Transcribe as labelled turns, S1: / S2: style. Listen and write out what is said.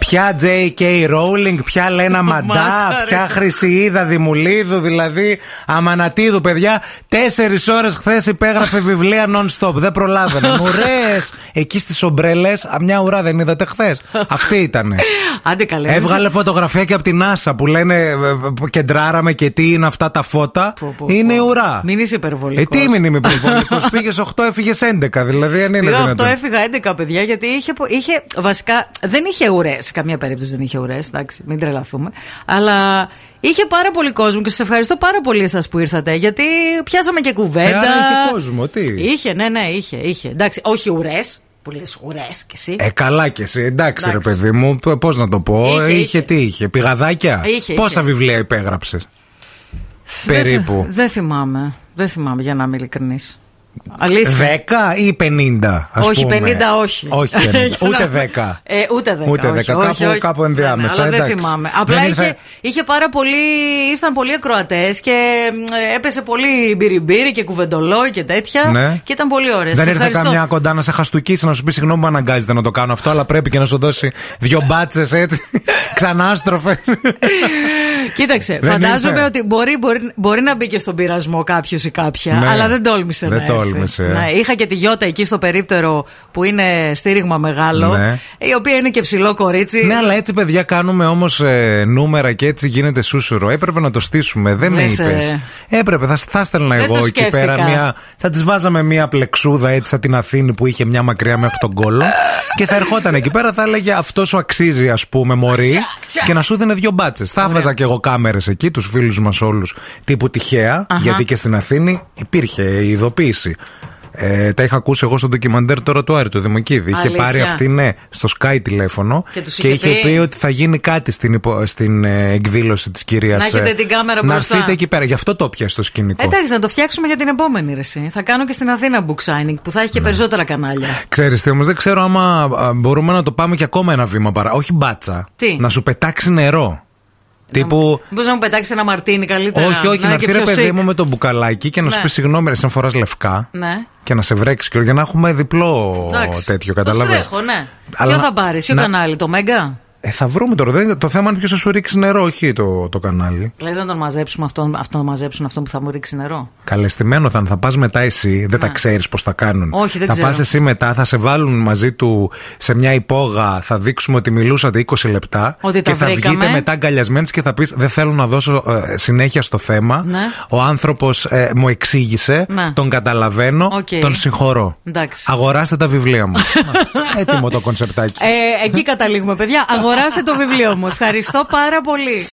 S1: Ποια J.K. Rowling, ποια Λένα Μαντά, ποια Χρυσιίδα Δημουλίδου, δηλαδή Αμανατίδου, παιδιά. Τέσσερις ώρες χθες υπέγραφε βιβλία non-stop. Δεν προλάβαινε. Ωραίε! Εκεί στις ομπρέλες, μια ουρά δεν είδατε χθες. Αυτή ήταν.
S2: Άντε καλέ.
S1: Έβγαλε φωτογραφία και από την NASA που λένε ε, ε, κεντράραμε και τι είναι αυτά τα φώτα.
S2: Πω, πω,
S1: Είναι η
S2: πω.
S1: ουρά.
S2: Μην είσαι υπερβολικός.
S1: Ε, τι μην είμαι υπερβολικός. Πήγες 8, έφυγε 11. Δηλαδή δεν είναι
S2: Πήγα
S1: δυνατόν.
S2: 8, έφυγα 11, παιδιά, γιατί είχε, πο- είχε βασικά. Δεν είχε ουρές. Σε καμία περίπτωση δεν είχε ουρές, εντάξει, μην τρελαθούμε. Αλλά είχε πάρα πολύ κόσμο και σας ευχαριστώ πάρα πολύ εσάς που ήρθατε, γιατί πιάσαμε και κουβέντα.
S1: Ε, άρα είχε κόσμο, τι.
S2: Είχε, ναι, ναι, είχε. είχε. Εντάξει, όχι ουρές. Που λες ουρές κι εσύ.
S1: Ε, καλά κι εσύ. Εντάξει,
S2: Εντάξει.
S1: ρε παιδί μου, πώς να το πω.
S2: Είχε,
S1: Είχε,
S2: είχε.
S1: τι είχε. Πηγαδάκια.
S2: Είχε,
S1: Πόσα
S2: είχε.
S1: βιβλία υπέγραψες.
S2: Δεν θυ-
S1: Περίπου.
S2: Δεν θυμάμαι. Δεν θυμάμαι, για να είμαι ειλικρινής. Αλήθεια.
S1: Δέκα ή 50, ας
S2: όχι,
S1: πούμε.
S2: 50 όχι.
S1: Όχι, 50. Ούτε δέκα.
S2: Ε, ούτε 10.
S1: Ούτε
S2: όχι,
S1: 10,
S2: όχι,
S1: κάπου-
S2: όχι.
S1: κάπου
S2: Ναι, ναι,
S1: ενδιάμεσα,
S2: αλλά δεν
S1: εντάξει.
S2: θυμάμαι.
S1: Δεν
S2: Απλά
S1: ήρθε-
S2: είχε, είχε πάρα πολύ. ήρθαν πολλοί ακροατές και μ, ε, έπεσε πολύ μπυριμπύρι και κουβεντολό και τέτοια.
S1: Ναι.
S2: Και ήταν πολύ ωραίε.
S1: Δεν ήρθε καμιά κοντά να σε χαστούκίσει, να σου πει συγγνώμη που αναγκάζεται να το κάνω αυτό, αλλά πρέπει και να σου δώσει δύο μπάτσες έτσι. Ξανάστροφε.
S2: Κοίταξε,
S1: Δεν
S2: φαντάζομαι
S1: ήρθε.
S2: ότι μπορεί, μπορεί, μπορεί να μπει και στον πειρασμό κάποιος ή κάποια,
S1: Ναι.
S2: αλλά δεν τόλμησε
S1: Δεν
S2: να έρθει.
S1: τόλμησε.
S2: Ναι, είχα και τη Γιώτα εκεί στο περίπτερο που είναι στήριγμα μεγάλο,
S1: Ναι.
S2: η οποία είναι και ψηλό κορίτσι.
S1: ναι, αλλά έτσι παιδιά κάνουμε όμως νούμερα και έτσι γίνεται σούσουρο. Έπρεπε να το στήσουμε, δεν με
S2: Λες, ε.
S1: είπες. Έπρεπε, θα, θα στέλνα
S2: Δεν
S1: εγώ
S2: το
S1: εκεί
S2: σκέφτηκα.
S1: πέρα μια. Θα της βάζαμε μια πλεξούδα έτσι σαν την Αθήνη που είχε μια μακριά μέχρι τον κόλο. και θα ερχόταν εκεί πέρα, θα έλεγε αυτός σου αξίζει, ας πούμε, Μωρή.
S2: Τσακ, τσακ.
S1: και να σου δίνε δύο μπάτσες. Θα βάζα κι εγώ κάμερες εκεί, τους φίλους μας όλους τύπου τυχαία, γιατί και στην Αθήνη υπήρχε η ειδοποίηση. Ε, τα είχα ακούσει εγώ στο ντοκιμαντέρ τώρα του Άρη, του Δημοκίδη. Είχε
S2: Αλήθεια.
S1: πάρει αυτή, ναι, στο Sky τηλέφωνο
S2: Και τους
S1: και
S2: είχε
S1: είχε
S2: πει
S1: πει ότι θα γίνει κάτι στην, υπο- στην ε, εκδήλωση της κυρίας.
S2: Να έχετε την κάμερα
S1: Να
S2: μπροστά.
S1: έρθετε εκεί πέρα. Γι' αυτό το πιάσε το σκηνικό.
S2: Ε, Εντάξει, να το φτιάξουμε για την επόμενη ρεσί. Θα κάνω και στην Αθήνα book signing που θα έχει και
S1: Ναι.
S2: περισσότερα κανάλια.
S1: Ξέρεις τι όμως, δεν ξέρω άμα α, μπορούμε να το πάμε και ακόμα ένα βήμα παρά. Όχι μπάτσα.
S2: Τι?
S1: Να σου πετάξει νερό. Τύπου.
S2: Μπορείς να μου πετάξεις ένα μαρτίνι καλύτερα.
S1: Όχι, όχι, να
S2: είναι και
S1: έρθει ρε
S2: πιο
S1: παιδί
S2: chic.
S1: μου με το μπουκαλάκι και να σου
S2: Ναι.
S1: πει συγγνώμη, ρε, σαν φοράς λευκά.
S2: Ναι.
S1: Και να σε βρέξει και για να έχουμε διπλό
S2: Εντάξει.
S1: τέτοιο,
S2: Το
S1: καταλαβαίνεις.
S2: στρέχω, ναι.
S1: Αλλά
S2: ποιο θα
S1: να-
S2: πάρεις, ποιο
S1: να-
S2: κανάλι, το Μέγκα.
S1: Ε, θα βρούμε τώρα. Δεν- Το θέμα είναι ποιος θα σου ρίξει νερό, όχι το, το κανάλι.
S2: Λες να τον μαζέψουμε αυτόν, αυτόν να μαζέψουν αυτόν που θα μου ρίξει νερό.
S1: Καλεστημένο θα είναι. Θα πας μετά εσύ. Δεν τα ξέρεις πώς τα κάνουν.
S2: Όχι, δεν
S1: θα
S2: ξέρω.
S1: πας εσύ μετά, θα σε βάλουν μαζί του σε μια υπόγα. Θα δείξουμε ότι μιλούσατε 20 λεπτά.
S2: Ότι τα
S1: και θα
S2: βρήκαμε.
S1: βγείτε μετά αγκαλιασμένοι και θα πεις: Δεν θέλω να δώσω ε, συνέχεια στο θέμα.
S2: Ναι.
S1: Ο άνθρωπος μου εξήγησε.
S2: Ναι.
S1: Τον καταλαβαίνω.
S2: Οκ.
S1: Τον συγχωρώ.
S2: Εντάξει.
S1: Αγοράστε τα βιβλία μου. Έτοιμο το κονσεπτάκι.
S2: Ε, εκεί καταλήγουμε, παιδιά. Αγοράστε το βιβλίο μου. Ευχαριστώ πάρα πολύ.